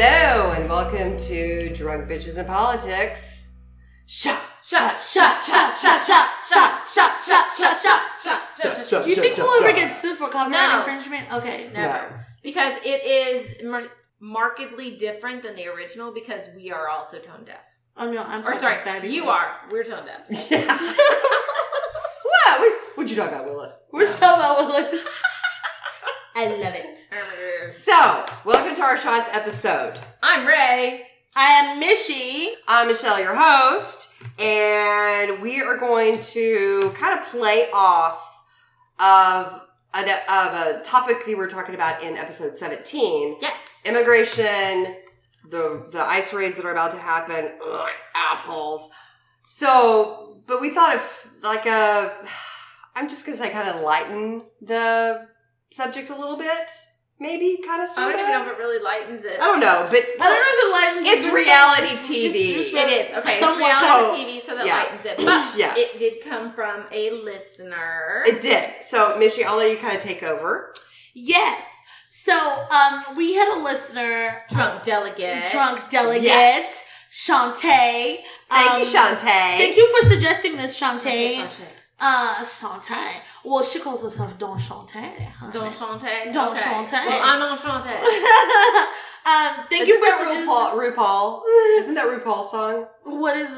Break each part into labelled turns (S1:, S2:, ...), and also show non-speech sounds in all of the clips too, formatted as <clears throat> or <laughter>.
S1: and welcome to Drunk Bitches and Politics. Shot, shot, shot, shot, shot, shot, shot, shot, shot, shot, shot, shot, shot, shot.
S2: Do you
S3: Shut,
S2: think
S3: shut,
S2: we'll ever
S3: shut.
S2: get sued for copyright
S4: No.
S2: infringement? Okay.
S4: Never. Because it is mar- markedly different than the original because we are also tone deaf.
S2: Oh no, I'm
S4: Or
S2: fucking
S4: sorry,
S2: fabulous.
S4: you are. We're tone deaf. <laughs>
S1: Yeah. What? What- What'd you talk about, Willis?
S2: We're so well with
S4: <laughs> I love it.
S1: So, welcome to our Shots episode.
S4: I'm Ray.
S2: I am Mishy.
S1: I'm Michelle, your host, and we are going to kind of play off of a, of a topic that we were talking about in episode 17
S4: Yes.
S1: immigration, the, the ice raids that are about to happen. Ugh, assholes. So, but we thought of like a, I'm just going to say kind of lighten the subject a little bit, maybe kind of
S4: I
S1: sort
S4: don't
S1: of.
S4: even know if it really lightens it.
S1: I don't know, but
S2: I don't know if it lightens
S1: It's
S2: it, but
S1: reality
S2: it's-
S1: TV.
S2: it's just what-
S4: It is. Okay.
S2: Somewhat.
S4: It's reality TV, so that
S1: yeah.
S4: lightens it. But
S1: yeah.
S4: it did come from a listener.
S1: It did. So, Michi, I'll let you kind of take over.
S2: Yes. So um, we had a listener,
S4: Drunk delegate.
S2: drunk delegate,
S1: Yes.
S2: Shantae.
S1: Thank
S2: Um,
S1: you, Shantae.
S2: Thank you for suggesting this, Shantae.
S4: Shantae.
S2: Uh, Shantae. Well, she calls herself Don Shantae. Um, honey.
S4: Don't Shantae.
S2: Don't
S4: okay.
S2: Shantae.
S4: Well, I'm on Shantae.
S2: um, thank
S1: Isn't
S2: you for
S1: that
S2: suggesting.
S1: RuPaul, RuPaul.
S2: <laughs>
S1: Isn't that RuPaul's song?
S2: What is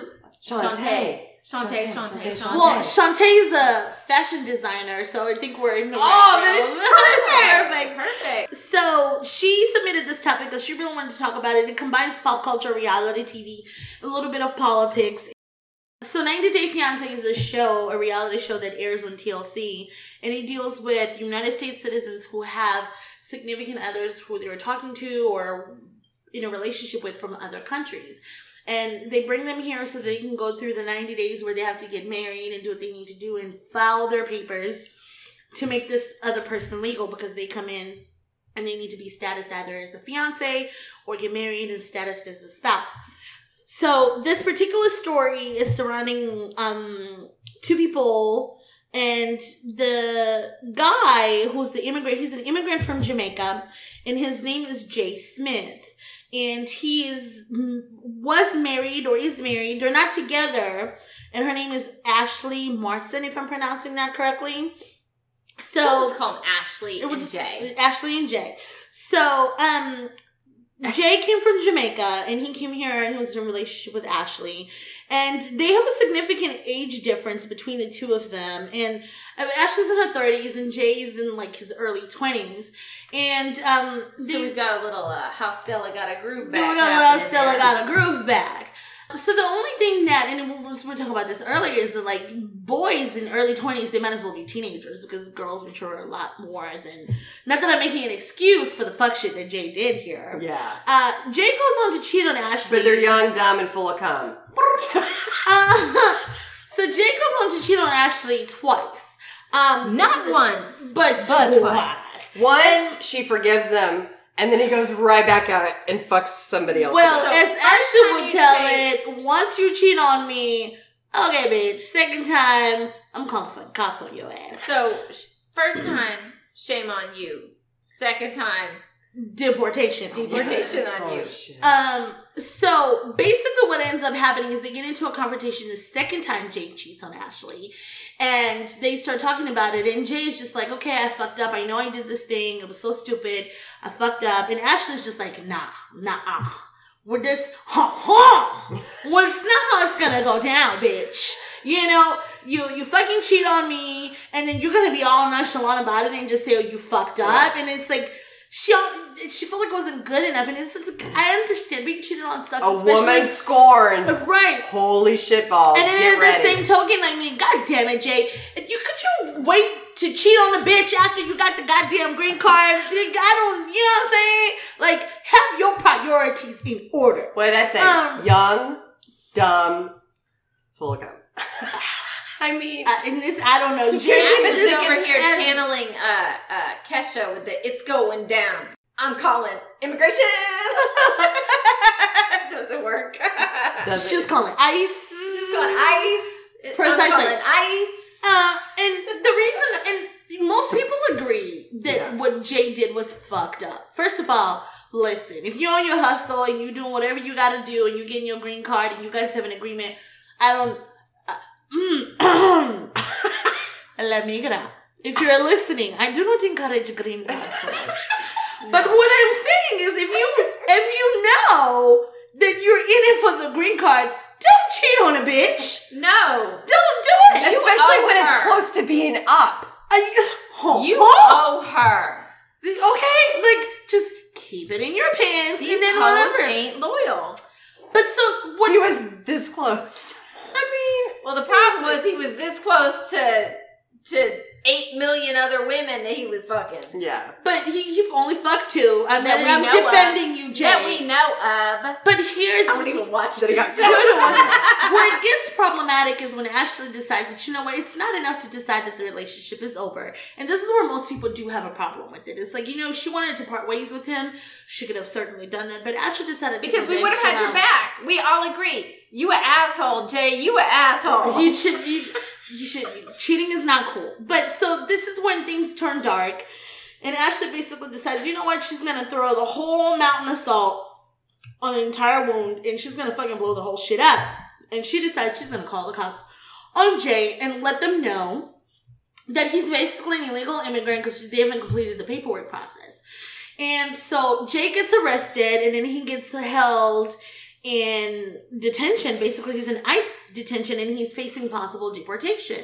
S4: Shantae. Shantae, Shantae, Shantae.
S2: Well, Shantae's a fashion designer, so I think we're in the
S1: Oh,
S2: right
S1: then
S2: realm.
S1: it's
S4: perfect. <laughs> Perfect.
S2: So she submitted this topic because she really wanted to talk about it. It combines pop culture, reality TV, a little bit of politics. So 90 Day Fiance is a show, a reality show that airs on TLC, and it deals with United States citizens who have significant others who they were talking to or in a relationship with from other countries. And they bring them here so they can go through the 90 days where they have to get married and do what they need to do and file their papers to make this other person legal because they come in and they need to be status either as a fiance or get married and status as a spouse. So this particular story is surrounding um, two people and the guy who's the immigrant, he's an immigrant from Jamaica and his name is Jay Smith. And he is was married or is married. They're not together, and her name is Ashley Martin, if I'm pronouncing that correctly. So
S4: We'll just call him Ashley
S2: it
S4: and
S2: was just-
S4: Jay.
S2: Ashley and Jay. So, um, Jay came from Jamaica and he came here and he was in a relationship with Ashley. And they have a significant age difference between the two of them. And I mean, Ashley's in her 30s and Jay's in like his early 20s. And, um,
S4: So we've got a little uh, how Stella got a groove back.
S2: then we got Love
S4: happening
S2: Stella
S4: there.
S2: got a groove back. So the only thing that, and we was- we were talking about this earlier, is that like boys in early twenties, they might as well be teenagers because girls mature a lot more than. Not that I'm making an excuse for the fuck shit that Jay did here.
S1: Yeah.
S2: Uh, Jay goes on to cheat on Ashley.
S1: But they're young, dumb, and full of cum.
S2: <laughs> Uh, <laughs> so Jay goes on to cheat on Ashley twice. Um,
S4: Not once.
S2: but,
S4: but
S2: twice.
S4: twice.
S1: Once she forgives him, and then he goes right back out and fucks somebody else.
S2: Well,
S4: So,
S2: as
S4: first
S2: Ashley
S4: time
S2: would
S4: you
S2: tell
S4: cheat-
S2: it, once you cheat on me, okay, bitch. Second time, I'm calling fucking cops on your ass.
S4: So sh- first time, shame on you. Second
S2: <laughs>
S4: time,
S2: Deportation.
S4: Oh,
S2: <laughs>
S4: Deportation on you.
S1: shit.
S2: Um. So basically, what ends up happening is they get into a confrontation the second time Jay cheats on Ashley, and they start talking about it. And Jay is just like, "Okay, I fucked up. I know I did this thing. It was so stupid. I fucked up." And Ashley's just like, "Nah, nah, ah. With this, ha ha. Well, it's not how it's gonna go down, bitch. You know." You you fucking cheat on me, and then you're gonna be all nonchalant about it and just say, "Oh, you fucked up," and it's like she al- she felt like it wasn't good enough, and it's, it's I understand being cheated on sucks.
S1: a
S2: especially-
S1: woman scorned.
S2: right?
S1: Holy shit balls.
S2: And then
S1: Get
S2: at the
S1: ready.
S2: same token, I mean, god damn it, Jay, if you could you wait to cheat on a bitch after you got the goddamn green card? Like, I don't, you know what I'm saying? Like, have your priorities in order.
S1: what did I say?
S2: Um,
S1: young, dumb, full of cum. I mean,
S2: Uh, in this, I don't know, Jay.
S1: can't
S2: this
S4: Ashley's
S2: is
S1: even
S4: over
S1: thinking-
S4: here
S2: and-
S4: channeling uh, uh, Kesha with the "It's going down." I'm calling immigration. <laughs> Doesn't work.
S1: does
S2: She's
S1: it?
S2: calling ice.
S4: Just calling ice.
S2: Precisely.
S4: I'm calling ice.
S2: Uh, and the reason, and most people agree that
S1: Yeah.
S2: what Jay did was fucked up. First of all, listen, if you're on your hustle and you're doing whatever you got to do and you're getting your green card and you guys have an agreement, I don't. Uh, <clears throat> La migra. If you're listening, I do not encourage green card. fraud. But what I'm saying is, if you if you know that you're in it for the green card, don't cheat on a bitch.
S4: no,
S2: Don't do it.
S4: You
S1: Especially
S4: owe
S1: when it's
S4: her.
S1: close to being up.
S2: I, oh,
S4: you
S2: oh.
S4: owe her.
S2: okay? Like just keep it in your pants
S4: These
S2: and then
S4: hoes
S2: whatever.
S4: ain't loyal.
S2: But so what?
S1: He was this close.
S2: I mean,
S4: Well, the problem was he was this close to to eight million other women that he was fucking
S1: Yeah.
S2: but he he only fucked two. I mean,
S4: That we
S2: I'm
S4: know of.
S2: defending you, Jay.
S4: that we know of.
S2: but here's
S4: I don't even watch
S1: That he got
S4: this
S1: caught.
S4: show. <laughs>
S2: where it gets problematic is when Ashley decides that you know what, it's not enough to decide that the relationship is over. And this is where most people do have a problem with it. It's like, you know, she wanted to part ways with him. She could have certainly done that, but Ashley decided to
S4: Because
S2: go the
S4: we would have
S2: extra
S4: had your
S2: mile.
S4: back. We all agree. You a asshole, Jay. You a asshole.
S2: You should you, you should cheating is not cool. But so this is when things turn dark. And Ashley basically decides, you know what, she's gonna throw the whole mountain of salt on an entire wound and she's gonna fucking blow the whole shit up. And she decides she's gonna call the cops on Jay and let them know that he's basically an illegal immigrant because they haven't completed the paperwork process. And so Jay gets arrested and then he gets held in detention. Basically, he's in ICE detention and he's facing possible deportation.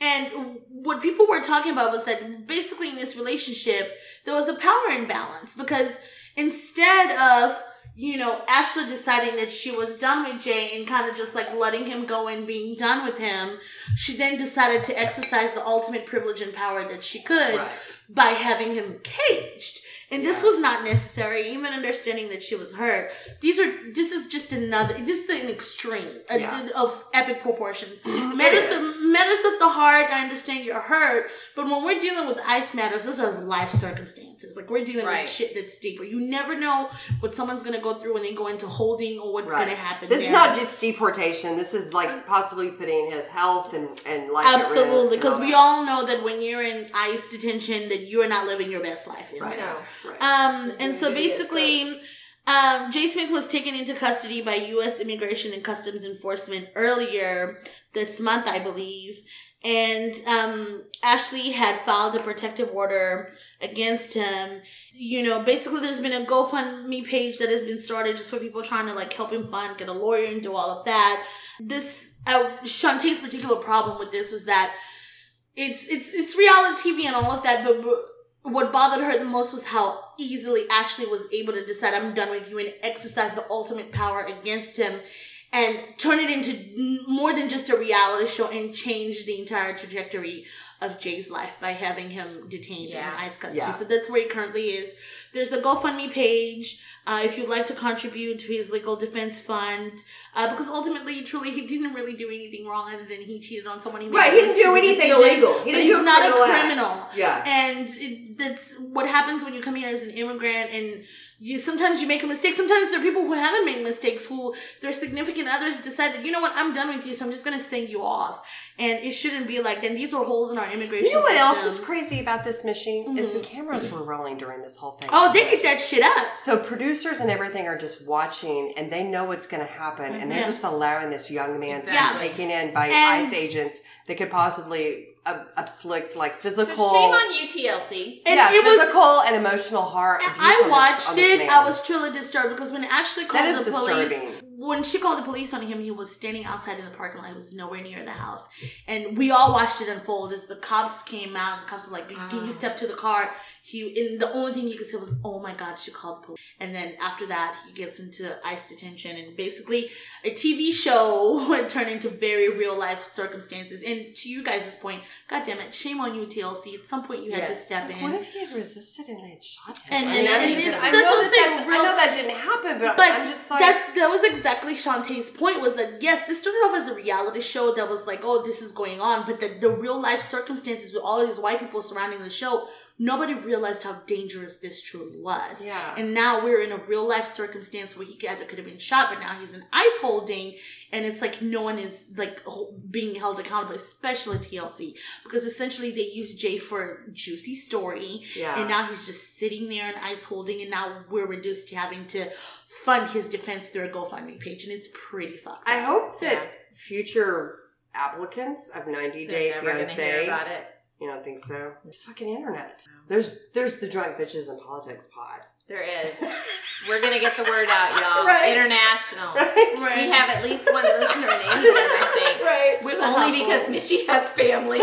S2: And what people were talking about was that basically in this relationship, there was a power imbalance because instead of you know Ashley deciding that she was done with Jay and kind of just like letting him go and being done with him, she then decided to exercise the ultimate privilege and power that she could
S1: Right.
S2: by having him caged. And this was not necessary, even understanding that she was hurt. These are this is just another this is an extreme a-
S1: Yeah.
S2: of epic proportions.
S1: <clears throat> It is.
S2: Matters, matters of the heart, I understand you're hurt, but when we're dealing with ice matters, those are life circumstances. Like we're dealing
S4: Right.
S2: with shit that's deeper. You never know what someone's gonna go through when they go into holding or what's
S1: Right.
S2: gonna happen.
S1: This is
S2: there.
S1: not just deportation. This is like possibly putting his health and, and life at risk
S2: absolutely
S1: and
S2: because we
S1: that.
S2: all know that when you're in ice detention, that you're not living your best life. In
S1: Right.
S2: there.
S1: Right.
S2: Um, and so
S4: Mhm. Yes,
S2: basically, um, Jay Smith was taken into custody by U.S. Immigration and Customs Enforcement earlier this month, I believe. And um, Ashley had filed a protective order against him. You know, basically, there's been a GoFundMe page that has been started just for people trying to like help him find, get a lawyer, and do all of that. This uh, Shantae's particular problem with this was that it's it's it's reality TV and all of that, but but what bothered her the most was how easily Ashley was able to decide, I'm done with you, and exercise the ultimate power against him and turn it into n- more than just a reality show and change the entire trajectory of Jay's life by having him detained
S4: Yeah.
S2: in ICE custody.
S1: Yeah.
S2: So that's where he currently is. There's a GoFundMe page uh, if you'd like to contribute to his legal defense fund uh, because ultimately, truly, he didn't really do anything wrong other than he cheated on someone. He made
S1: Right,
S2: a
S1: he didn't do
S2: stupid
S1: anything
S2: decision.
S1: illegal. He
S2: but
S1: didn't
S2: he's
S1: do a
S2: not a
S1: criminal act.
S2: criminal.
S1: Yeah.
S2: And it, that's what happens when you come here as an immigrant, and you sometimes you make a mistake. Sometimes there are people who haven't made mistakes who their significant others decide that you know what, I'm done with you, so I'm just gonna send you off. And it shouldn't be like that. These are holes in our immigration.
S1: You know what else
S2: system.
S1: is crazy about this machine is the
S2: Mhm.
S1: cameras were rolling during this whole thing.
S2: Oh, they get that shit up.
S1: So producers and everything are just watching, and they know what's going to happen, and they're
S2: Yeah.
S1: just allowing this young man to
S4: Exactly.
S1: be taken in by
S2: Mm-hmm. And-
S1: ICE agents that could possibly uh, afflict like
S4: So shame
S1: physical,
S4: on you, TLC.
S2: And
S1: yeah,
S2: it was
S1: physical and emotional harm. abuse
S2: I
S1: on this- on
S2: watched
S1: this
S2: it.
S1: man.
S2: I was truly disturbed because when Ashley called
S1: That is
S2: the police,
S1: disturbing.
S2: when she called the police on him, he was standing outside in the parking lot. He was nowhere near the house, and we all watched it unfold as the cops came out. The cops were like, "Can you
S4: Ah.
S2: step to the car?" He and the only thing he could say was, "Oh my God, she called the police." And then after that, he gets into ICE detention, and basically a TV show <laughs> would turn into very real life circumstances. And to you guys' point, God damn it, shame on you, TLC. At some point, you had to
S4: Yes.
S2: step in.
S1: What if he had resisted and they had shot him?
S2: And-
S1: I
S2: and-
S1: mean, I'm
S2: and
S1: just-
S2: it's-
S1: I know
S2: that's what I'm
S1: that
S2: saying,
S1: that's- I
S2: real-
S1: know that didn't happen, but,
S2: But
S1: I'm just like,
S2: That's that was exactly Shantae's point was that yes, this started off as a reality show that was like, oh, this is going on, but that the real life circumstances with all these white people surrounding the show nobody realized how dangerous this truly was.
S1: Yeah.
S2: And now we're in a real life circumstance where he could, either could have been shot, but now he's in ice holding, and it's like no one is like ho- being held accountable, especially TLC, because essentially they use Jay for a juicy story,
S1: yeah.
S2: and now he's just sitting there in ice holding, and now we're reduced to having to fund his defense through a GoFundMe page, and it's pretty fucked.
S1: I
S2: up.
S1: hope that
S4: Yeah.
S1: future applicants of 90 Day
S4: They're never gonna hear
S1: Fiance.
S4: about it.
S1: You don't think so? It's fucking internet. There's there's the drunk bitches in politics
S4: <laughs>
S1: pod. <laughs>
S4: There is. We're gonna get the word out, <laughs> y'all.
S1: Right.
S4: International.
S1: Right.
S2: Right.
S4: We have at least one listener named I
S1: Right.
S4: think.
S2: With a
S4: Only
S2: couple.
S4: because Mishy has <laughs>
S2: <laughs>
S4: family.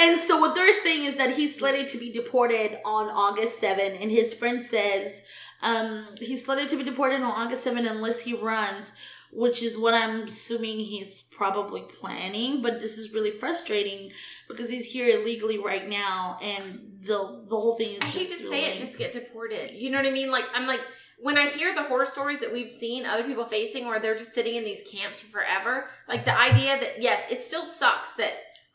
S2: And so what they're saying is that he's slated to be deported on August 7, and his friend says um, he's slated to be deported on August 7 unless he runs, which is what I'm assuming he's probably planning. But this is really frustrating because he's here illegally right now, and the the whole thing is
S4: I
S2: just
S4: hate to say
S2: really-
S4: it, just get deported. You know what I mean? Like I'm like when I hear the horror stories that we've seen other people facing where they're just sitting in these camps for forever, like the idea that yes, it still sucks that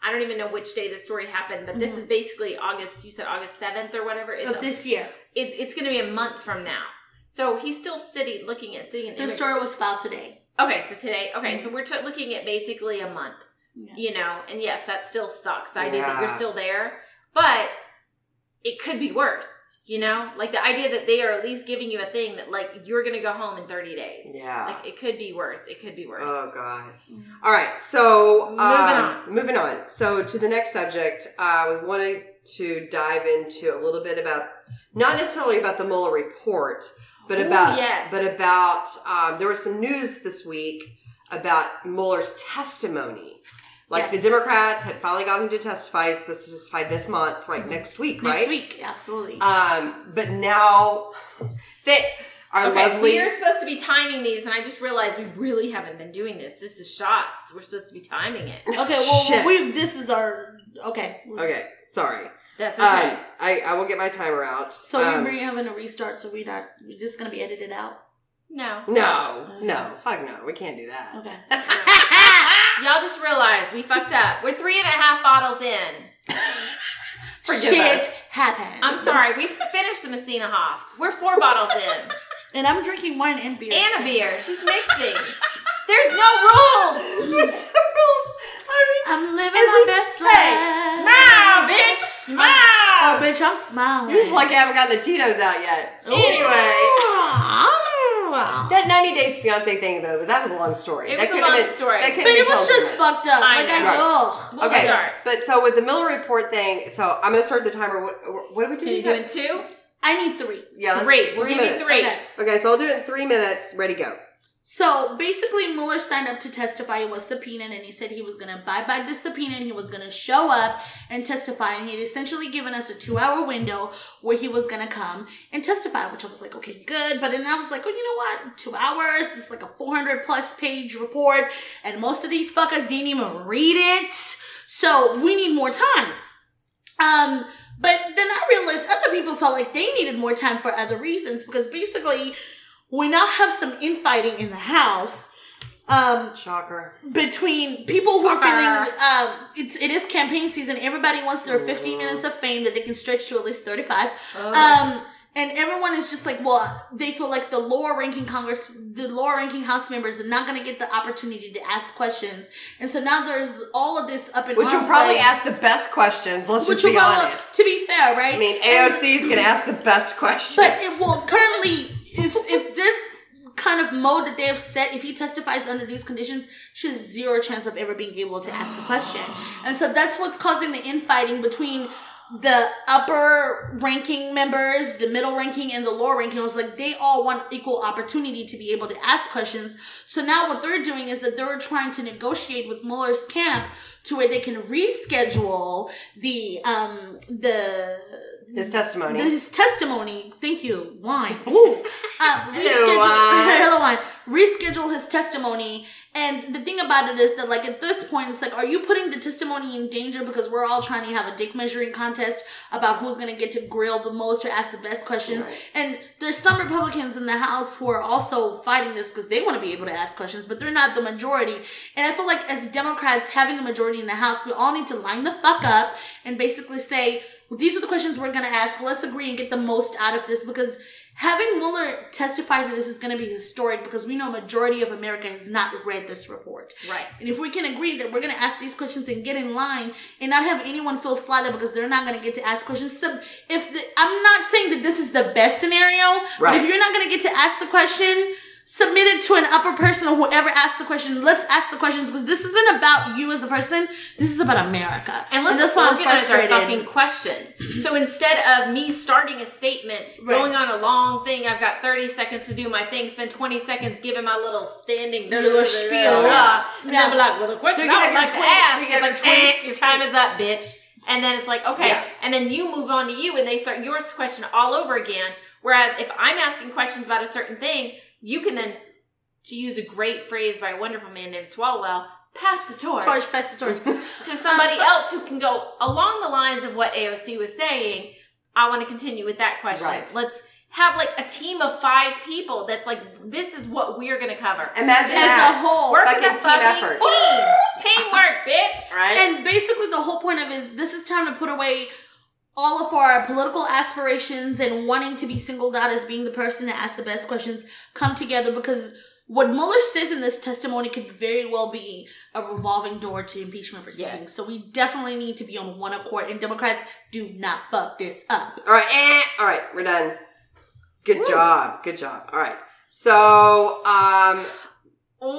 S4: I don't even know which day the story happened, but this
S2: Mhm.
S4: is basically August, you said August 7th or whatever. Is
S2: of this year.
S4: it's it's going to be a month from now. So he's still sitting, looking at sitting. in
S2: The
S4: image-
S2: story Mm-hmm. was filed today.
S4: Okay, so today, okay, so we're t- looking at basically a month,
S2: Yeah.
S4: you know, and yes, that still sucks. The idea that
S1: Yeah.
S4: you're still there, but it could be worse, you know, like the idea that they are at least giving you a thing that like you're going to go home in 30 days.
S1: Yeah.
S4: like it could be worse. It could be worse.
S1: Oh god. All right. So
S4: Moving
S1: um,
S4: on.
S1: Moving on. So to the next subject, uh, we wanted to dive into a little bit about not necessarily about the Mueller report, but
S4: Ooh,
S1: about
S4: yes.
S1: but about um, there was some news this week about Mueller's testimony. Like the
S2: Yes.
S1: Democrats had finally got him to testify. He's supposed to testify this month, like next week,
S2: Mm-hmm. Next
S1: right?
S2: week, absolutely.
S1: Um, but now that our
S4: Okay,
S1: lovely
S4: we are supposed to be timing these, and I just realized we really haven't been doing this. This is shots. We're supposed to be timing it.
S2: okay, well,
S1: shit.
S2: we this is our okay.
S1: okay, sorry.
S4: That's okay.
S1: Um, I I will get my timer out.
S2: So
S1: Um,
S2: we're having a restart, so we're not. We're just gonna be edited out.
S1: <laughs>
S4: no,
S1: No, no, fuck no, we can't do that. <laughs>
S4: <laughs>
S2: Okay.
S4: Y'all just realized we fucked up. We're three and a half bottles in.
S1: Forgive
S2: Shit
S1: us.
S2: happened.
S4: I'm sorry, we finished the Messina Hoff. We're four bottles in.
S2: and I'm drinking wine and beer.
S4: And a beer. She's <laughs> mixing. There's no rules.
S1: There's some rules. I mean,
S2: I'm living
S1: At
S2: my
S1: least-
S2: best
S1: hey,
S2: life.
S4: Smile, bitch. Smile.
S2: Oh, bitch, I'm smiling.
S1: you're just lucky I haven't gotten the Tito's out yet. Anyway,
S2: That-
S1: that 90 Days Fiance thing though, but that was a long story.
S4: It
S1: that
S4: was a
S1: could've
S4: long
S1: been-
S4: story.
S1: That could've
S2: but it
S1: been
S2: was
S1: 12 minutes.
S2: just fucked up.
S4: I
S2: like I
S4: know.
S2: ugh.
S4: We'll
S1: Okay,
S4: start.
S1: but so with the Miller report thing, so I'm gonna start the timer. What, what do we do?
S4: Can you do in two?
S2: I need three.
S1: Yeah, let's-
S4: Three. We'll give you
S1: minutes.
S4: three.
S2: Okay.
S1: Okay, so I'll do it in three minutes. Ready, go.
S2: So basically, Mueller signed up to testify. It was subpoenaed, and he said he was going to abide by the subpoena and he was going to show up and testify. And he had essentially given us a two hour window where he was going to come and testify, which I was like, okay, good. But then I was like, oh, you know what? Two hours. It's like a 400 plus page report, and most of these fuckers didn't even read it. So we need more time. Um, but then I realized other people felt like they needed more time for other reasons because basically we now have some infighting in the house um,
S1: Shocker.
S2: between people who are
S1: Uh-huh.
S4: Shocker.
S2: feeling um, it's it is campaign season. Everybody wants their 15 minutes of fame that they can stretch to at least 35. Um, and everyone is just like, well, they feel like the lower ranking Congress, the lower ranking House members are not going to get the opportunity to ask questions, and so now there's all of this up in
S1: Which will
S2: arms,
S1: probably
S2: like-
S1: ask the best questions. Let's
S2: which
S1: just be
S2: will probably-
S1: honest.
S2: to be fair, right?
S1: I mean, AOC is gonna ask the best questions.
S2: But it will currently, if if this kind of mode that they have set, if he testifies under these conditions, she has zero chance of ever being able to ask a question. And so that's what's causing the infighting between the upper ranking members, the middle ranking, and the lower ranking. It was like they all want equal opportunity to be able to ask questions. So now what they're doing is that they're trying to negotiate with Mueller's camp to where they can reschedule the um the
S1: His testimony.
S2: his testimony. Thank you. Wine. Ooh. Uh, reschedule, <laughs>
S1: wine.
S2: Hello, wine. reschedule his testimony. And the thing about it is that, like, at this point, it's like, are you putting the testimony in danger because we're all trying to have a dick measuring contest about who's going to get to grill the most or ask the best questions?
S1: Right.
S2: And there's some Republicans in the House who are also fighting this because they want to be able to ask questions, but they're not the majority. And I feel like as Democrats having a majority in the House, we all need to line the fuck up and basically say, these are the questions we're going to ask. Let's agree and get the most out of this because having Mueller testify to this is going to be historic because we know majority of America has not read this report.
S4: Right.
S2: And if we can agree that we're going to ask these questions and get in line and not have anyone feel slighted because they're not going to get to ask questions. So if the, I'm not saying that this is the best scenario, but if
S1: Right.
S2: you're not going to get to ask the question, submit it to an upper person or whoever asked the question. Let's ask the questions because this isn't about you as a person. This is about America.
S4: And let's organize our fucking questions. So instead of me starting a statement,
S2: Right.
S4: going on a long thing, I've got 30 seconds to do my thing, spend 20 seconds giving my little standing
S2: Your little
S4: blah, blah,
S2: spiel.
S4: blah. And
S2: Yeah.
S4: I'll be like, well, the question
S1: So you
S4: I would
S1: got your
S4: like to
S1: 20 so
S4: ask
S1: you
S4: is
S1: got
S4: like,
S1: your 20
S4: eh, your time is up, bitch. And then it's like, okay.
S1: Yeah.
S4: And then you move on to you and they start your question all over again. Whereas if I'm asking questions about a certain thing, you can then, to use a great phrase by a wonderful man named Swalwell, pass the
S2: Torch, pass
S4: <laughs>
S2: the torch.
S4: to
S1: Um,
S4: somebody else who can go along the lines of what AOC was saying. I want to continue with that question.
S1: Right.
S4: Let's have like a team of five people that's like, this is what we're going to cover.
S1: Imagine
S2: As a
S1: that.
S2: whole.
S4: Work
S1: fucking
S4: as a
S1: team
S4: fucking
S1: effort.
S4: team. Teamwork, bitch.
S1: right?
S2: And basically, the whole point of it is this is time to put away all of our political aspirations and wanting to be singled out as being the person that asks the best questions come together because what Mueller says in this testimony could very well be a revolving door to impeachment proceedings.
S4: Yes.
S2: So we definitely need to be on one accord, and Democrats do not fuck this up.
S1: All right, eh, all right, we're done. Good job, good job. All right, so um,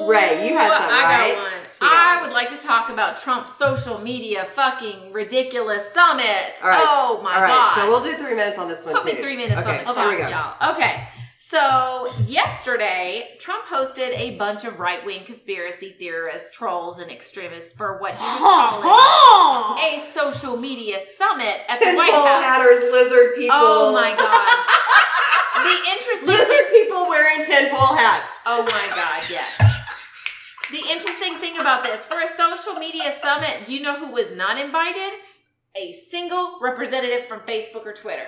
S1: Ray, you had
S4: Ooh,
S1: some,
S4: I
S1: right?
S4: Got one.
S1: You got
S4: I
S1: one.
S4: would like to talk about Trump's social media fucking ridiculous summits.
S1: All right.
S4: Oh my
S1: all right,
S4: god.
S1: so we'll do three minutes on this one
S4: Put
S1: too.
S4: me three minutes
S1: okay,
S4: on the
S1: Here we
S4: clock,
S1: go.
S4: y'all. Okay. So yesterday, Trump hosted a bunch of right wing conspiracy theorists, trolls, and extremists for what he was calling a social media summit at the White
S1: Tinfoil
S4: House.
S1: hatters, lizard people.
S4: Oh my god. the interesting
S1: <laughs> Lizard people wearing tinfoil
S4: <laughs>
S1: hats.
S4: Oh my god, yes. The interesting thing about this, for a social media summit, do you know who was not invited? A single representative from Facebook or Twitter.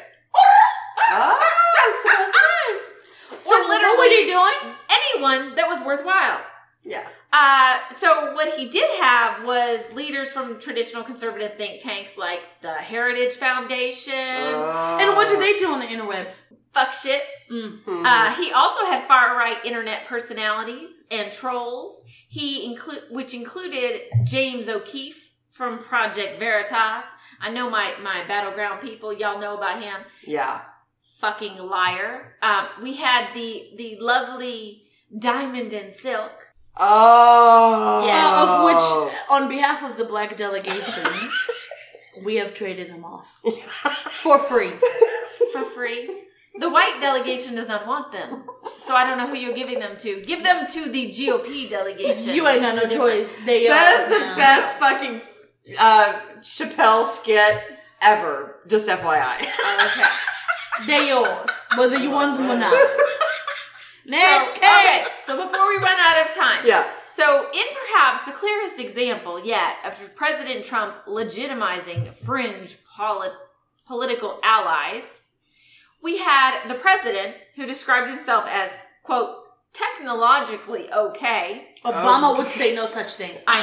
S1: Oh, so nice.
S2: So what were they doing?
S4: anyone that was worthwhile.
S1: Yeah.
S4: Uh, so what he did have was leaders from traditional conservative think tanks like the Heritage Foundation,
S1: Uh-huh. Oh.
S2: And what do they do on the interwebs?
S4: fuck shit.
S2: Mm.
S1: Mhm.
S4: Uh, he also had far right internet personalities and trolls. He include which included James O'Keefe from Project Veritas. I know my my battleground people. Y'all know about him.
S1: yeah.
S4: Fucking liar. Um, we had the the lovely Diamond and Silk.
S1: Oh.
S4: Yeah.
S2: Uh, of which, on behalf of the black delegation, <laughs> we have traded them off for free.
S4: for free. The white delegation does not want them. So I don't know who you're giving them to. Give them to the GOP delegation.
S2: You ain't got no
S4: Which is different.
S2: choice.
S1: <laughs>
S2: They
S1: That
S2: are
S1: is the
S2: now.
S1: best fucking uh, Chappelle skit ever. Just FYI.
S4: Oh,
S2: <laughs>
S4: okay.
S2: They yours, whether you want them or
S1: <laughs>
S2: not. Next
S4: so,
S1: uh,
S2: case.
S4: okay, so before we run out of time.
S1: <laughs> yeah.
S4: So in perhaps the clearest example yet of President Trump legitimizing fringe poli- political allies, we had the president who described himself as, quote, technologically okay.
S2: Obama
S1: Oh.
S2: would say no such thing.
S4: I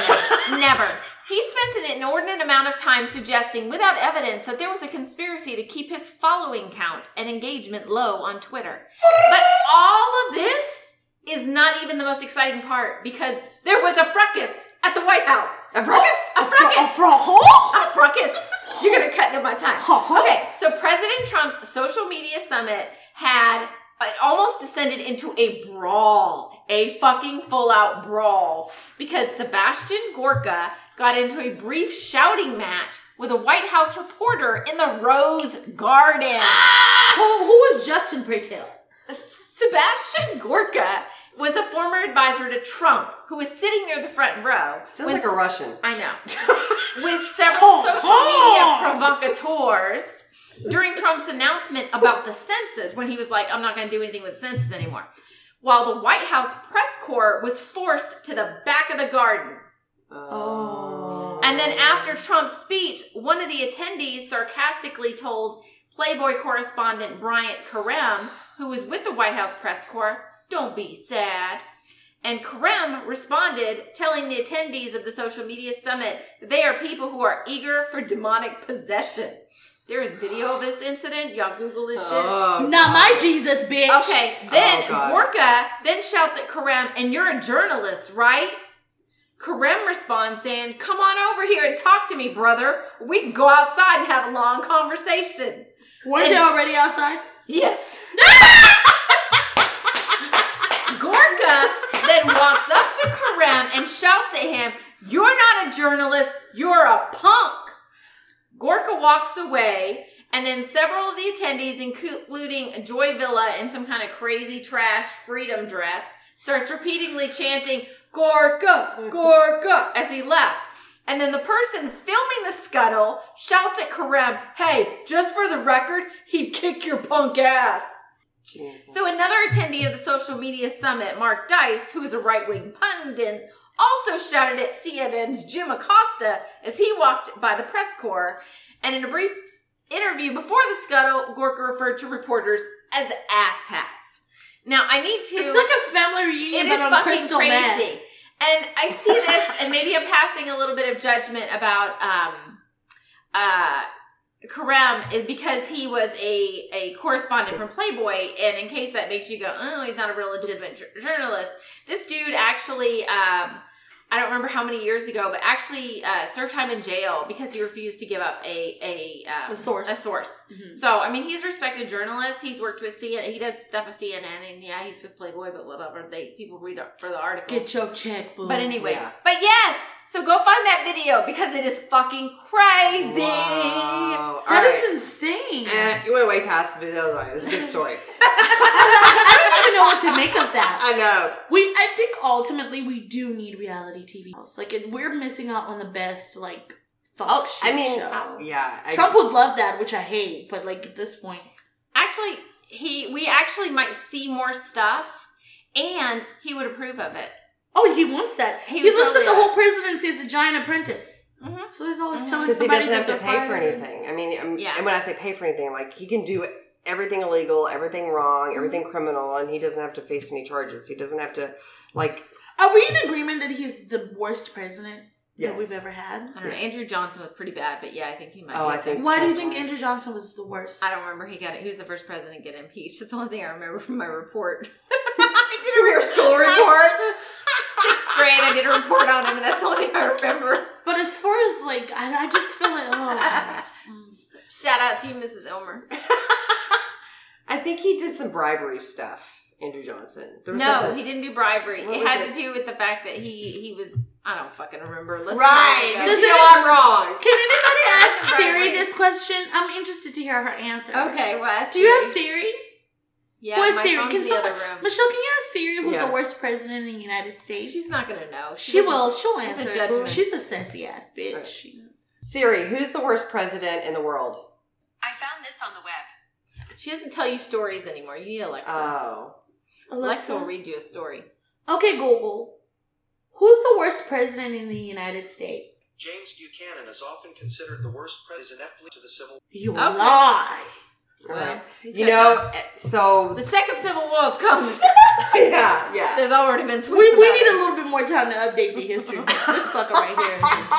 S4: know. Never. He spent an inordinate amount of time suggesting, without evidence, that there was a conspiracy to keep his following count and engagement low on Twitter. But all of this is not even the most exciting part because there was a fracas at the White House.
S1: A fracas?
S4: Oh, A fracas!
S2: Afro-
S4: A Oh, fracas! You're gonna cut into my time. Okay, so President Trump's social media summit had it almost descended into a brawl, a fucking full out brawl, because Sebastian Gorka got into a brief shouting match with a White House reporter in the Rose Garden.
S2: who, who was Justin Praytail?
S4: Sebastian Gorka was a former advisor to Trump who was sitting near the front row.
S1: Sounds
S4: when
S1: like a Russian.
S4: I know. With several social media provocateurs during Trump's announcement about the census, when he was like, I'm not going to do anything with census anymore. while the White House press corps was forced to the back of the garden.
S2: Oh.
S4: And then after Trump's speech, one of the attendees sarcastically told Playboy correspondent Bryant Karem, who was with the White House press corps, "Don't be sad." And Karem responded, telling the attendees of the social media summit that they are people who are eager for demonic possession. There is video of this incident. Y'all Google this shit.
S1: Oh,
S2: Not my Jesus, bitch.
S4: Okay, then
S1: Oh, God.
S4: Gorka then shouts at Karem, and you're a journalist, right? Karem responds saying, Come on over here and talk to me, brother. We can go outside and have a long conversation.
S2: Weren't they already outside?
S4: Yes. <laughs> Gorka then walks up to Karem and shouts at him, You're not a journalist, you're a punk. Gorka walks away, and then several of the attendees, including Joy Villa in some kind of crazy trash freedom dress, starts repeatedly chanting, Gorka, Gorka, as he left. And then the person filming the scuttle shouts at Karem, Hey, just for the record, he'd kick your punk ass.
S1: Jesus.
S4: So another attendee of the social media summit, Mark Dice, who is a right-wing pundit, also shouted at CNN's Jim Acosta as he walked by the press corps. And in a brief interview before the scuttle, Gorka referred to reporters as asshats. Now I need to.
S2: It's like a family reunion,
S4: It
S2: but
S4: is
S2: on
S4: fucking
S2: crystal
S4: crazy.
S2: meth.
S4: And I see this, and maybe I'm passing a little bit of judgment about um, uh, Karem is because he was a, a correspondent from Playboy. And in case that makes you go, oh, he's not a real legitimate jour- journalist, this dude actually, um, I don't remember how many years ago, but actually uh, served time in jail because he refused to give up a, a, um,
S2: A source.
S4: A source.
S2: Mhm.
S4: So, I mean, he's a respected journalist. He's worked with CNN. He does stuff with CNN, and yeah, he's with Playboy, but whatever. They people read up for the articles.
S2: Get your checkbook.
S4: but anyway,
S1: Yeah.
S4: but yes. So go find that video because it is fucking crazy.
S1: Wow. All
S2: that is
S1: right.
S2: insane.
S1: Eh, you went way past the video. It was a good
S2: <laughs>
S1: story.
S2: I don't even know what to make of that.
S1: I know.
S2: We, I think ultimately we do need reality TV. Like it- we're missing out on the best like fuck
S1: Oh,
S2: shit
S1: I mean,
S2: show.
S1: uh, yeah. I,
S2: um, Trump would love that, which I hate. But like at this point,
S4: Actually, he we actually might see more stuff, and he would approve of it.
S2: oh, he wants that.
S4: He
S2: He,
S4: would
S2: looks at
S4: totally
S2: the
S4: like-
S2: whole presidency as a giant apprentice.
S4: Mhm.
S2: So he's always
S4: Mhm.
S2: telling
S1: because he
S2: somebody
S1: doesn't have
S2: that
S1: to
S2: they're
S1: pay for
S2: fired.
S1: anything. I mean, um,
S4: Yeah.
S1: and when I say pay for anything, like he can do everything illegal, everything
S2: Mm-hmm.
S1: wrong, everything criminal, and he doesn't have to face any charges. He doesn't have to like
S2: Are we in agreement that he's the worst president
S1: yes.
S2: that we've ever had?
S4: I don't know.
S1: Yes.
S4: Andrew Johnson was pretty bad, but yeah, I think he might.
S1: Oh,
S4: be
S1: I
S4: up
S1: think-
S2: Why do you
S1: Trump's
S2: think
S1: worst.
S2: Andrew
S1: <laughs>
S2: Johnson was the worst?
S4: there. I don't remember. He got it. He was the first president to get impeached. That's the only thing I remember from my report. <laughs> I did a
S1: Your school
S4: report. Sixth grade, I did a report on him, and that's the only thing I remember.
S2: But as far as like, I, I just
S4: <laughs>
S2: feel like oh. Mm.
S4: Shout out to you, Mrs. Elmer.
S1: I think he did some bribery stuff. Andrew Johnson. There was
S4: No,
S1: something-
S4: he didn't do bribery.
S1: What
S4: it
S1: was
S4: had
S1: it?
S4: to do with the fact that he he was I don't fucking remember. Let's
S1: right.
S4: not
S1: But
S4: go.
S2: Does
S1: you
S2: it-
S1: know I'm wrong.
S2: Can anybody
S4: <laughs>
S2: ask
S4: Right,
S2: Siri
S4: right.
S2: this question? I'm interested to hear her answer.
S4: Okay, well, that's
S2: Do you have
S4: Siri.
S2: Siri?
S4: Yeah,
S2: What is
S4: my
S2: Siri?
S4: phone's
S2: Can
S4: in the
S2: someone-
S4: other room.
S2: Michelle, can you ask Siri who's
S1: Yeah.
S2: the worst president in the United States?
S4: She's not gonna know.
S2: she
S4: doesn't-
S2: will. She'll
S4: it's a
S2: answer.
S4: judgment.
S2: She's a sassy ass bitch.
S1: Siri, who's the worst president in the world?
S3: I found this on the web.
S4: She doesn't tell you stories anymore. You need Alexa.
S1: Oh.
S4: Alexa will read you a story.
S2: Okay, Google. Who's the worst president in the United States?
S5: James Buchanan is often considered the worst president to the Civil
S2: You
S4: Okay.
S2: lie.
S1: All
S4: Well,
S1: right.
S4: he's
S1: You
S4: got
S1: know, eh, so
S2: <laughs>
S4: The second Civil War is coming.
S1: yeah, yeah.
S4: There's already been tweets.
S2: We, we
S4: about
S2: need
S4: it.
S2: a little bit more time to update the history.
S4: <laughs>
S2: books. this fucker right here is a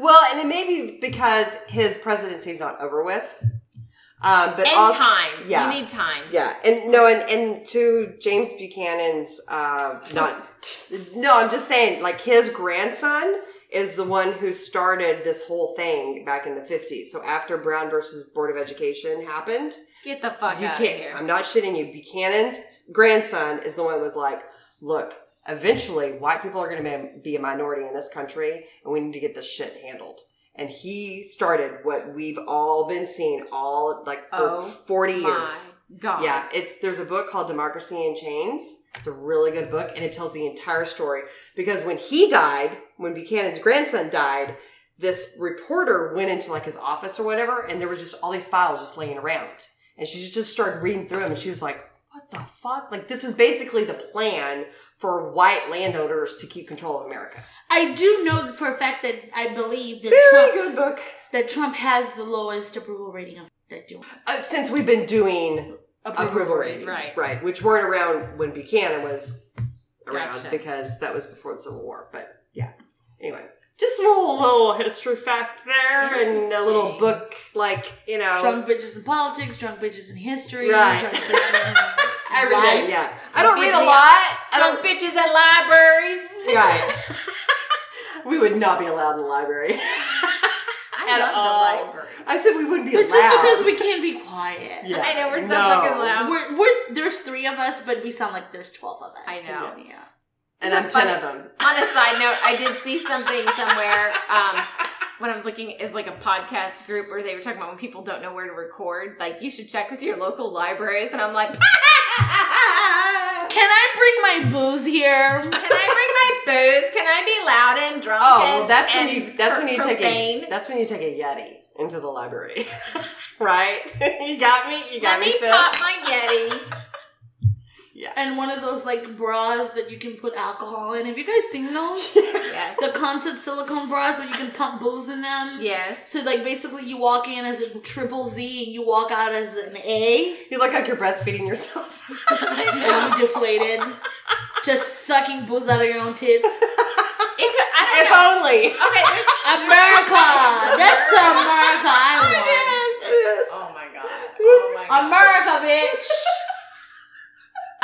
S1: <laughs> well, and it may be because his presidency's not over with. Um, but
S4: and
S1: also,
S4: time.
S1: yeah.
S4: You need time.
S1: yeah, and no, and, and to James Buchanan's, uh, not, no, I'm just saying, like his grandson is the one who started this whole thing back in the 50s. So after Brown versus Board of Education happened,
S4: Get the fuck
S1: you
S4: out
S1: can't.
S4: of here.
S1: I'm not shitting you. Buchanan's grandson is the one that was like, look, eventually white people are going to be a minority in this country, and we need to get this shit handled. And he started what we've all been seeing all like for
S4: Oh
S1: 40
S4: My
S1: years.
S4: God.
S1: Yeah, it's there's a book called Democracy in Chains. It's a really good book, and it tells the entire story. Because when he died, when Buchanan's grandson died, this reporter went into like his office or whatever, and there was just all these files just laying around, and she just started reading through them, and she was like, "What the fuck? Like, this was basically the plan for white landowners to keep control of America.
S2: I do know for a fact that I believe that
S1: Very
S2: Trump
S1: good book.
S2: that Trump has the lowest approval rating of that doing
S1: Uh, since we've been doing approval ratings, right.
S4: right.
S1: which weren't around when Buchanan was around
S4: Gotcha.
S1: because that was before the Civil War. But yeah, anyway, just a little, little history fact there and a little
S4: Interesting.
S1: book, like, you know,
S2: Drunk bitches in politics, drunk bitches in history,
S1: Right.
S2: drunk bitches in
S1: everything.
S2: life.
S1: Yeah. I don't
S4: Be
S1: read a
S4: the-
S1: lot. I don't
S4: Drunk bitches at libraries.
S1: <laughs> Right. we would not be allowed in the library.
S4: I
S1: At
S4: love
S1: all.
S4: the library.
S1: I said we wouldn't <laughs> be
S2: But
S1: allowed.
S2: just because we can't be quiet.
S1: Yes.
S4: I know, we're so
S1: No.
S4: fucking loud.
S2: We're, we're there's three of us, but we sound like there's twelve of us.
S4: I know.
S2: Yeah.
S1: And
S4: It's
S1: I'm
S4: a
S1: ten
S4: fun-
S1: of them.
S4: On a side note, I did see something somewhere um, when I was looking is like a podcast group where they were talking about when people don't know where to record. Like you should check with your local libraries, and I'm like, <laughs> can
S2: Can I bring my booze here?
S4: I bring my booze? Can I be loud and drunk?
S1: Oh,
S4: and-
S1: well, that's when
S4: and
S1: you that's when you
S4: pro-
S1: take a
S4: profane?
S1: that's when you take a yeti into the library, <laughs> right? <laughs> you got me. You got
S4: Let me
S1: sis.
S4: pop my Yeti.
S2: And one of those like bras that you can put alcohol in. Have you guys seen
S1: <laughs>
S2: those?
S4: Yes.
S2: the concert silicone bras where you can pump booze in them.
S4: Yes.
S2: So like basically you walk in as a triple Z and you walk out as an A.
S1: You look like you're breastfeeding yourself. <laughs>
S2: And
S4: <laughs>
S2: you deflated. Just sucking booze out of your own
S4: It
S2: tits.
S4: could, I
S1: if
S4: don't know.
S1: only.
S4: Okay.
S1: <laughs>
S4: There's,
S2: America! That's the America I want.
S1: Yes.
S4: oh my god. Oh my god.
S2: America, bitch!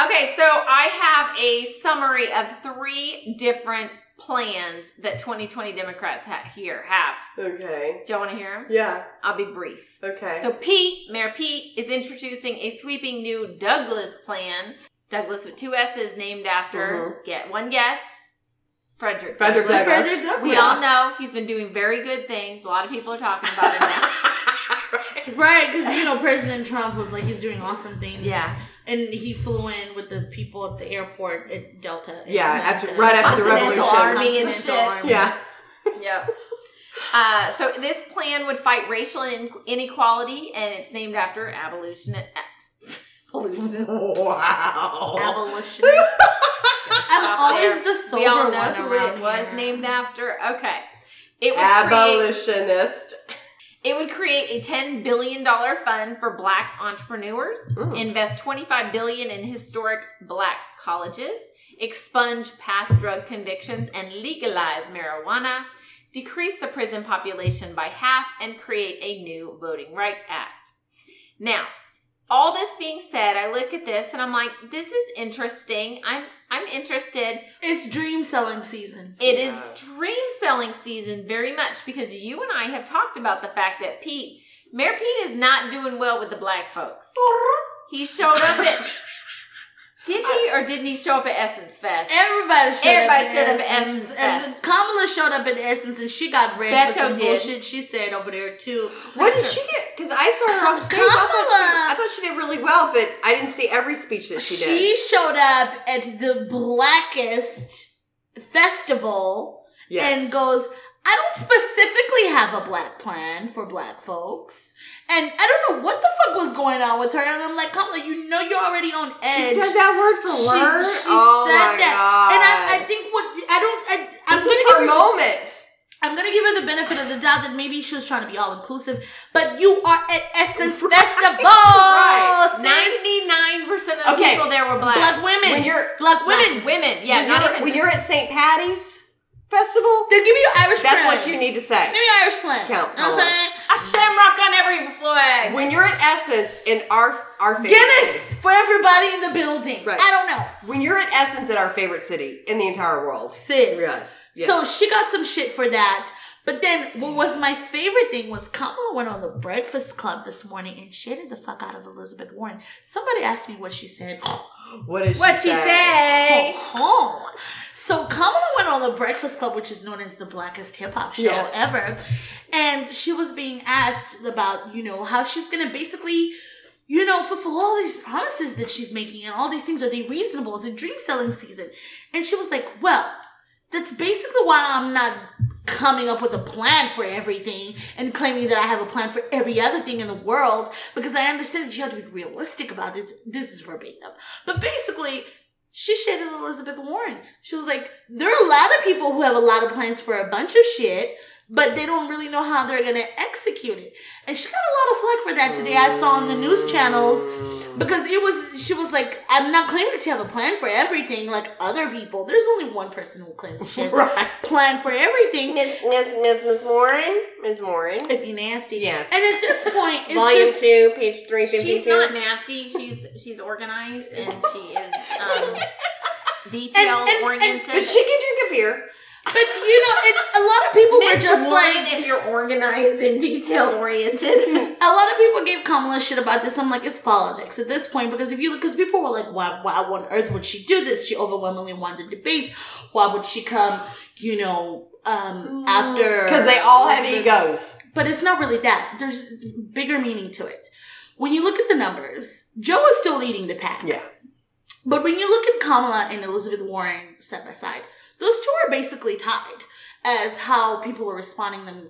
S4: Okay, so I have a summary of three different plans that 2020 Democrats ha- here have.
S1: Okay.
S4: Do y'all want to hear them?
S1: Yeah.
S4: I'll be brief.
S1: Okay.
S4: So <laughs> Pete, Mayor Pete, is introducing a sweeping new Douglas plan. Douglas with two S's named after get one guess. Frederick.
S1: Mm-hmm. Frederick Douglass.
S2: Frederick Douglass.
S4: We all know he's been doing very good things. A lot of people are talking about
S1: <laughs>
S4: him now.
S2: Right, because you know President Trump was like he's doing awesome things.
S4: Yeah.
S2: and he flew in with the people at the airport at Delta. in
S1: Yeah,
S2: Atlanta.
S1: after- right after the
S4: Continental
S1: revolution.
S4: Army and
S2: Continental
S4: shit.
S1: <laughs>
S2: Army.
S1: yeah.
S4: Yep. Uh, so this plan would fight racial in- inequality, and it's named after abolition. eh, a- Abolitionist.
S1: Wow.
S2: abolitionist. I'm
S4: Stop
S2: always
S4: there.
S2: the sober
S4: We all know
S2: one
S4: who
S2: around
S4: it was
S2: here.
S4: named after. Okay. It would, create,
S1: Abolitionist.
S4: it would create a ten billion dollar fund for Black entrepreneurs.
S1: Ooh.
S4: Invest twenty five billion in historic Black colleges. Expunge past drug convictions and legalize marijuana. Decrease the prison population by half and create a new Voting Right Act. Now, all this being said, I look at this and I'm like, this is interesting. I'm I'm interested.
S2: It's dream selling season.
S4: It is
S1: Yeah.
S4: dream selling season very much because you and I have talked about the fact that Pete, Mayor Pete is not doing well with the black folks. He showed up at
S1: <laughs>
S4: Did he or didn't he show up at Essence Fest?
S2: Everybody showed
S4: Everybody
S2: up.
S4: showed
S2: at
S4: up at Essence
S2: and
S4: Fest.
S2: Kamala showed up at Essence, and she got red
S4: Beto
S2: for some
S4: did.
S2: bullshit she said over there too.
S1: What did she get? Because I saw her on stage. I thought, she, I thought she did really well, but I didn't see every speech that she,
S2: She
S1: did.
S2: showed up at the blackest festival
S1: Yes.
S2: and goes, I don't specifically have a black plan for black folks. And I don't know what the fuck was going on with her. And I'm like, Kamala, you know you're already on
S1: she
S2: edge.
S1: said that word for
S2: She-
S1: learn.
S2: she
S1: oh
S2: said
S1: my
S2: that.
S1: god!
S2: And I, I think what I don't I, I'm
S1: this
S2: gonna
S1: was her
S2: give her,
S1: moment.
S2: I'm gonna give her the benefit of the doubt that maybe she was trying to be all inclusive, but you are at Essence
S1: Right,
S2: Festival,
S1: right.
S2: sis.
S4: Ninety nine percent of the
S1: Okay.
S4: people there were black.
S2: black women,
S1: When you're-
S2: black women.
S4: Black women, yeah.
S1: when,
S4: not
S1: you're,
S4: even-
S1: when you're at St. Patty's Festival,
S2: Then give me your Irish
S1: that's
S2: plan.
S1: what you need to say.
S2: Give me your Irish plan.
S1: Count,
S2: You know what I'm
S1: Paula.
S2: saying?
S4: a shamrock on every flag.
S1: When you're at Essence in our our favorite
S2: Guinness
S1: city-
S2: for everybody in the building.
S1: Right.
S2: I don't know.
S1: when you're at Essence in our favorite city in the entire world,
S2: Sis.
S1: Yes. yes.
S2: So she got some shit for that. But then what was my favorite thing was Kamala went on the Breakfast Club this morning and shaded the fuck out of Elizabeth Warren. Somebody asked me what she said.
S1: what did she
S4: what she
S1: say?
S4: say?
S2: Oh, So Kamala went on the Breakfast Club, which is known as the blackest hip hop show
S1: Yes.
S2: ever, and she was being asked about you know how she's gonna basically. You know, fulfill all these promises that she's making and all these things. Are they reasonable? Is it dream selling season? And she was like, Well, That's basically why I'm not coming up with a plan for everything and claiming that I have a plan for every other thing in the world because I understand that you have to be realistic about it. This is verbatim. But basically, she shaded Elizabeth Warren. She was like, there are a lot of people who have a lot of plans for a bunch of shit, but they don't really know how they're gonna execute it. And she got a lot of flack for that today. I saw on the news channels because it was she was like, I'm not claiming to have a plan for everything like other people. There's only one person who claims she has a
S1: Right.
S2: plan for everything.
S1: Miss Miss Miss Miss Warren. Miss Warren.
S2: If you nasty.
S1: Yes.
S2: And at this point, it's
S1: Volume
S2: just
S1: two, page three fifty two.
S4: She's not nasty. She's she's organized and she is
S1: <laughs>
S4: um, detail
S2: And- and-
S4: oriented.
S1: but she can drink a beer.
S2: but you know, and a lot of people were
S4: Miss
S2: just
S4: Warren,
S2: like
S4: if you're organized and detail <laughs> oriented.
S2: a lot of people gave Kamala shit about this. I'm like, it's politics at this point because if you look, because people were like, why, why on earth would she do this? She overwhelmingly won the debates. Why would she come, you know, um, after?
S1: Because Mm. they all have
S2: Elizabeth-
S1: egos.
S2: But it's not really that. There's bigger meaning to it. When you look at the numbers, Joe is still leading the pack.
S1: Yeah.
S2: But when you look at Kamala and Elizabeth Warren side by side, those two are basically tied as how people are responding them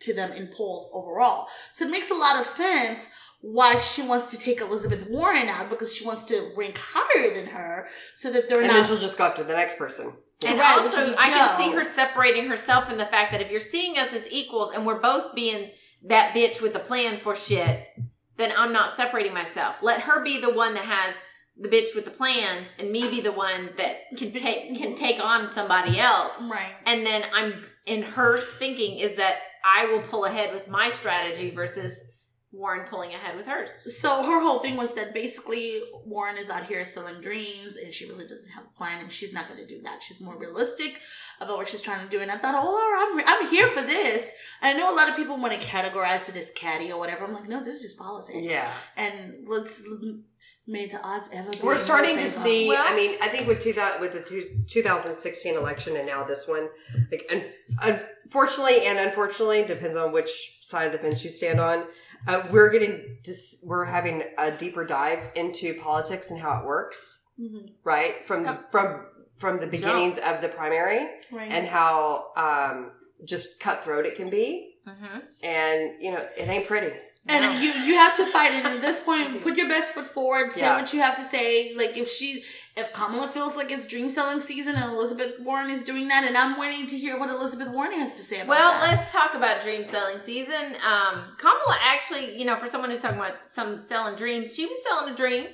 S2: to them in polls overall. So it makes a lot of sense why she wants to take Elizabeth Warren out because she wants to rank higher than her so that they're
S1: And
S2: not
S1: then she'll just go after the next person.
S4: And
S2: Right, which
S4: also,
S2: you
S4: I can
S2: know.
S4: see her separating herself in the fact that if you're seeing us as equals and we're both being that bitch with a plan for shit, then I'm not separating myself. Let her be the one that has the bitch with the plans, and me be the one that can take can take on somebody else.
S2: right.
S4: And then I'm in her thinking is that I will pull ahead with my strategy versus Warren pulling ahead with hers.
S2: So her whole thing was that basically Warren is out here selling dreams and she really doesn't have a plan and she's not going to do that. She's more realistic about what she's trying to do. And I thought, oh, Laura, I'm, I'm here for this. I know a lot of people want to categorize it as catty or whatever. I'm like, no, this is just politics.
S1: Yeah.
S2: And let's may the odds ever be.
S1: We're
S2: in
S1: starting to
S2: your favor.
S1: see.
S4: Well-
S1: I mean, I think with two thousand with the two- 2016 election and now this one, like, un- unfortunately and unfortunately, depends on which side of the fence you stand on. Uh, we're getting dis- we're having a deeper dive into politics and how it works,
S2: Mhm.
S1: right? From from from the beginnings of the primary
S2: Right.
S1: and how um, just cutthroat it can be,
S4: Mm-hmm.
S1: and you know it ain't pretty.
S2: And you you have to fight it. At this
S4: <laughs>
S2: point, put your best foot forward. Say
S1: Yeah.
S2: what you have to say. Like if she, if Kamala feels like it's dream selling season, and Elizabeth Warren is doing that, and I'm waiting to hear what Elizabeth Warren has to say about
S4: Well,
S2: that.
S4: let's talk about dream selling season. Um, Kamala actually, you know, for someone who's talking about some selling dreams, she was selling a dream.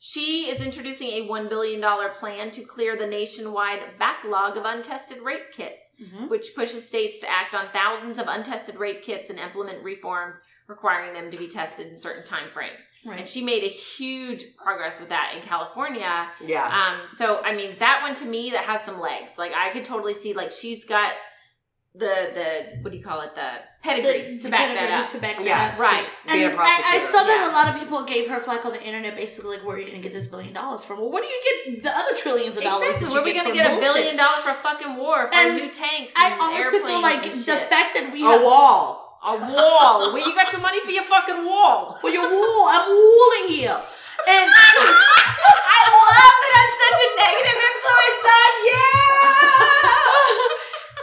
S4: She is introducing a $1 billion plan to clear the nationwide backlog of untested rape kits,
S2: Mhm.
S4: which pushes states to act on thousands of untested rape kits and implement reforms requiring them to be tested in certain timeframes. And
S2: right.
S4: she made a huge progress with that in California.
S1: Yeah,
S4: Um, so I mean that one to me that has some legs. Like I could totally see like she's got the the what do you call it the pedigree to back
S2: pedigree
S4: that up.
S2: To back that
S1: Yeah.
S2: up.
S4: Right.
S1: being
S2: And
S1: a
S2: I, I
S1: prosecutor.
S2: saw that
S4: yeah.
S2: a lot of people gave her flack on the internet, basically like, "Where are you going to get this billion dollars from? Well, where do you get the other trillions of dollars?
S4: Exactly.
S2: that
S4: Where
S2: you
S4: we
S2: get
S4: gonna
S2: for
S4: get a
S2: bullshit?
S4: billion dollars for a fucking war for
S2: And
S4: new tanks?
S2: I
S4: and
S2: honestly feel
S4: airplanes
S2: like
S4: and
S2: the
S4: shit.
S2: fact that we have
S1: a wall.
S4: a wall. Where you got your money for your fucking wall?
S2: for your wool, I'm wooling here, and. <laughs>
S4: I love that I'm such a negative influence on you.
S2: <laughs>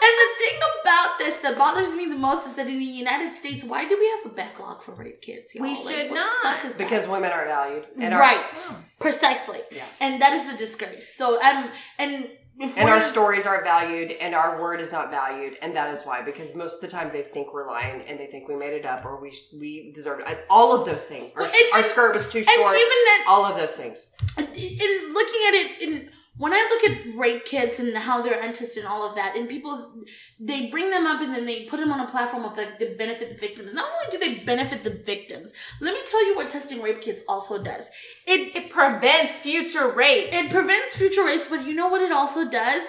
S2: And the thing about this that bothers me the most is that in the United States, why do we have a backlog for rape kits? y'all?
S4: We should
S2: what the
S4: not.
S2: fuck is that?
S1: Because women are valued, and our,
S2: right, precisely,
S1: Yeah.
S2: and that is a disgrace. So um, and if
S1: and our
S2: we're-
S1: stories aren't valued and our word is not valued and that is why because most of the time they think we're lying and they think we made it up or we we deserve it all of those things our,
S2: Well, and-
S1: our skirt was too
S2: and even
S1: short
S2: that
S1: all of those things
S2: in looking at it in when I look at rape kits and how they're untested and all of that, and people they bring them up and then they put them on a platform of like they benefit the victims. Not only do they benefit the victims, let me tell you what testing rape kits also does. <laughs> It
S4: It prevents future rape.
S2: It prevents future race, but you know what it also does?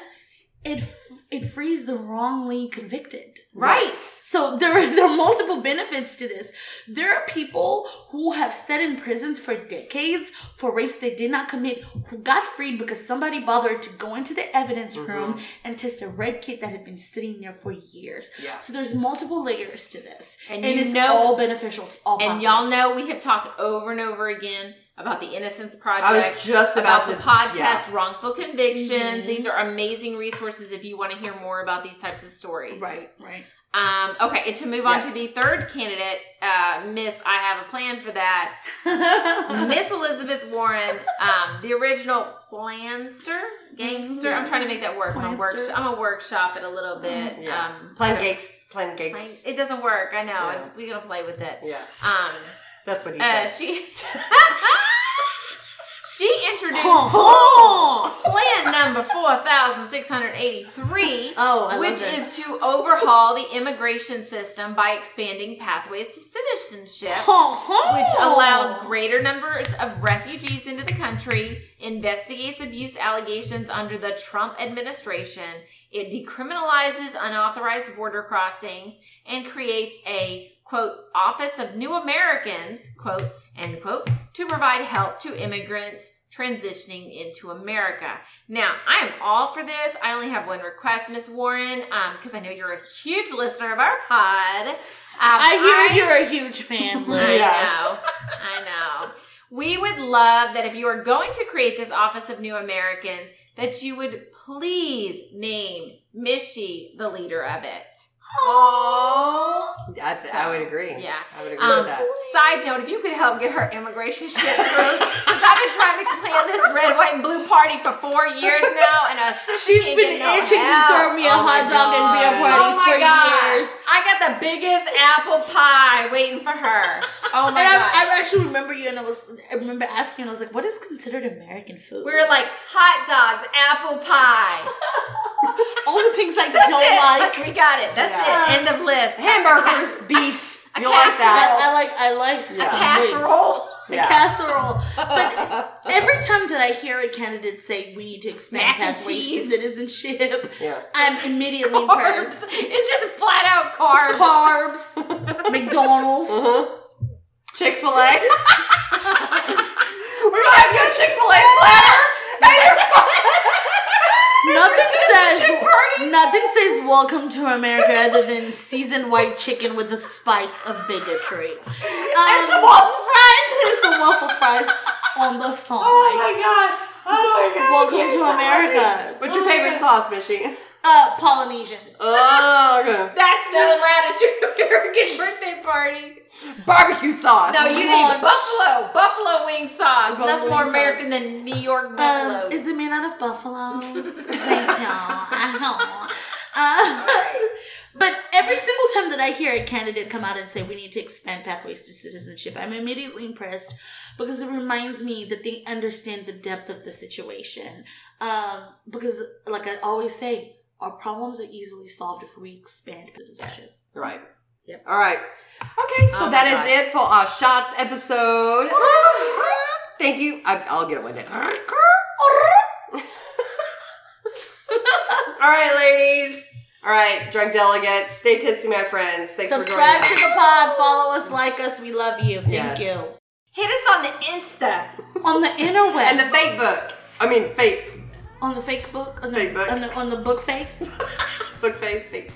S2: It f- it frees the wrongly convicted.
S4: right.
S2: So there are, <laughs> there are multiple benefits to this. There are people who have sat in prisons for decades for race they did not commit who got freed because somebody bothered to go into the evidence
S4: Mm-hmm.
S2: room and test a red kit that had been sitting there for years.
S1: Yeah.
S2: So there's multiple layers to this,
S4: And
S2: and,
S4: you
S2: it's
S4: know-
S2: all beneficial. It's all
S4: And
S2: positive.
S4: y'all know we have talked over and over again about the Innocence
S1: I
S4: Project.
S1: was just about,
S4: about the
S1: to yeah.
S4: podcast
S1: Mm-hmm.
S4: wrongful convictions
S2: Mhm.
S4: these are amazing resources if you want to hear more about these types of stories
S2: Right, <laughs> right.
S4: um, okay and to move on
S1: Yeah.
S4: to the third candidate uh, miss i have a plan for
S1: <laughs>
S4: that miss elizabeth warren um, the original planster gangster
S1: Mm-hmm.
S4: i'm trying to make that work i'm a
S2: Planster.
S4: workshop i'm a workshop it a little bit
S1: Yeah.
S4: um,
S1: Plan
S4: I
S1: cakes. Plan
S4: don't-
S1: cakes.
S4: it doesn't work i know
S1: Yeah.
S4: It's- we're gonna play with it
S1: Yeah,
S4: um,
S1: that's what he
S4: uh,
S1: said.
S4: she
S2: <laughs>
S4: <laughs> she introduced
S2: oh,
S4: Plan number 4683,
S2: Oh, I love
S4: which
S2: this.
S4: is to overhaul the immigration system by expanding pathways to citizenship, which
S2: Oh.
S4: allows greater numbers of refugees into the country, investigates abuse allegations under the Trump administration, it decriminalizes unauthorized border crossings, and creates a quote office of new americans quote end quote to provide help to immigrants transitioning into America. Now, I am all for this. I only have one request, Miss Warren, because I know you're a huge listener of our pod. Um,
S2: I hear you're a huge fan.
S4: <laughs>
S2: Liz.
S4: I
S1: Yes.
S4: know. I know. We would love that if you are going to create this Office of New Americans, that you would please name Mishy the leader of it.
S1: I, th- I would agree.
S4: Yeah.
S1: I would agree
S4: Um,
S1: with that.
S4: side note, if you could help get her immigration shit through, because I've been trying to plan this red, white, and blue party for four years now, and I
S2: She's been itching to throw me a
S1: Oh my
S2: hot dog and be
S1: God.
S2: a
S4: oh
S2: party
S4: my
S2: for
S4: god!
S2: years.
S4: I got the biggest apple pie waiting for her. Oh my
S2: and
S4: god!
S2: I, I actually remember you, and I was I remember asking, you, and I was like, "What is considered American food?"
S4: we were like hot dogs, apple pie.
S2: all the things I
S4: That's
S2: don't
S4: it. Like,
S2: like.
S4: we got it. That's
S1: Yeah.
S4: it. End of list.
S1: Hamburgers, beef.
S4: A
S1: You'll like
S2: I,
S1: that.
S2: I like I like
S1: Yeah.
S4: A
S2: some wings.
S4: casserole.
S2: A
S1: Yeah.
S2: casserole.
S4: <laughs>
S2: But every time that I hear a candidate say we need to expand
S4: Mac and
S2: pathways to
S4: cheese.
S2: citizenship,
S1: Yeah.
S2: I'm immediately
S4: Carbs.
S2: impressed.
S4: <laughs> It's just flat out carbs.
S2: Carbs,
S4: <laughs>
S2: McDonald's.
S1: Mm-hmm. Chick fil A. We're gonna have you a Chick fil A platter! And you're
S2: Nothing says nothing says welcome to America other than seasoned white chicken with the spice of bigotry.
S1: and some
S2: Um,
S1: waffle
S2: <laughs>
S1: fries!
S2: and some waffle fries on the side.
S1: Oh my god! Oh my god!
S2: Welcome
S1: Yes,
S2: to
S1: I
S2: America. Oh
S1: agree. What's your favorite sauce, Mishy?
S2: uh, Polynesian.
S1: Oh, okay.
S4: That's not allowed at your American birthday party.
S1: Barbecue sauce.
S4: No, you need
S2: Lunch.
S4: buffalo, buffalo wing sauce.
S2: Buffalo
S4: Nothing more
S2: wing
S4: American than New York buffalo.
S2: Um, is it made out of buffalo? <laughs> Thanks, y'all. Ow. Uh, but every single time that I hear a candidate come out and say we need to expand pathways to citizenship, I'm immediately impressed because it reminds me that they understand the depth of the situation. Um, because, like I always say, our problems are easily solved if we expand citizenship.
S1: Right.
S2: Yep.
S1: All right. Okay, so
S4: Oh my
S1: that is
S4: God.
S1: it for our shots
S2: <laughs>
S1: episode. Thank you. I, I'll get it one day. All right, ladies. All right, drug delegates. Stay tipsy, my friends. Thanks
S2: Subscribe
S1: for
S2: to
S1: joining us.
S2: the pod, follow us, like us. We love you. Thank
S1: Yes.
S2: you.
S4: Hit us on the Insta.
S2: On the interweb.
S1: <laughs> And the fake book. I mean, fake
S2: on the fake book on the,
S1: Fake book.
S2: On, the, on the book face
S1: book face. Fake.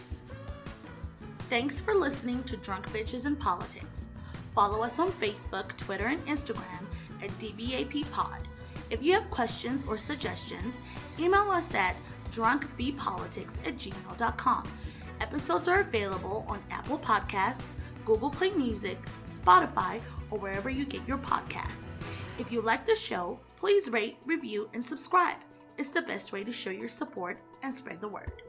S2: thanks for listening to drunk bitches and politics follow us on facebook twitter and instagram at dbap pod if you have questions or suggestions email us at drunkbpolitics at gmail.com episodes are available on apple podcasts google play music spotify or wherever you get your podcasts if you like the show please rate review and subscribe it's the best way to show your support and spread the word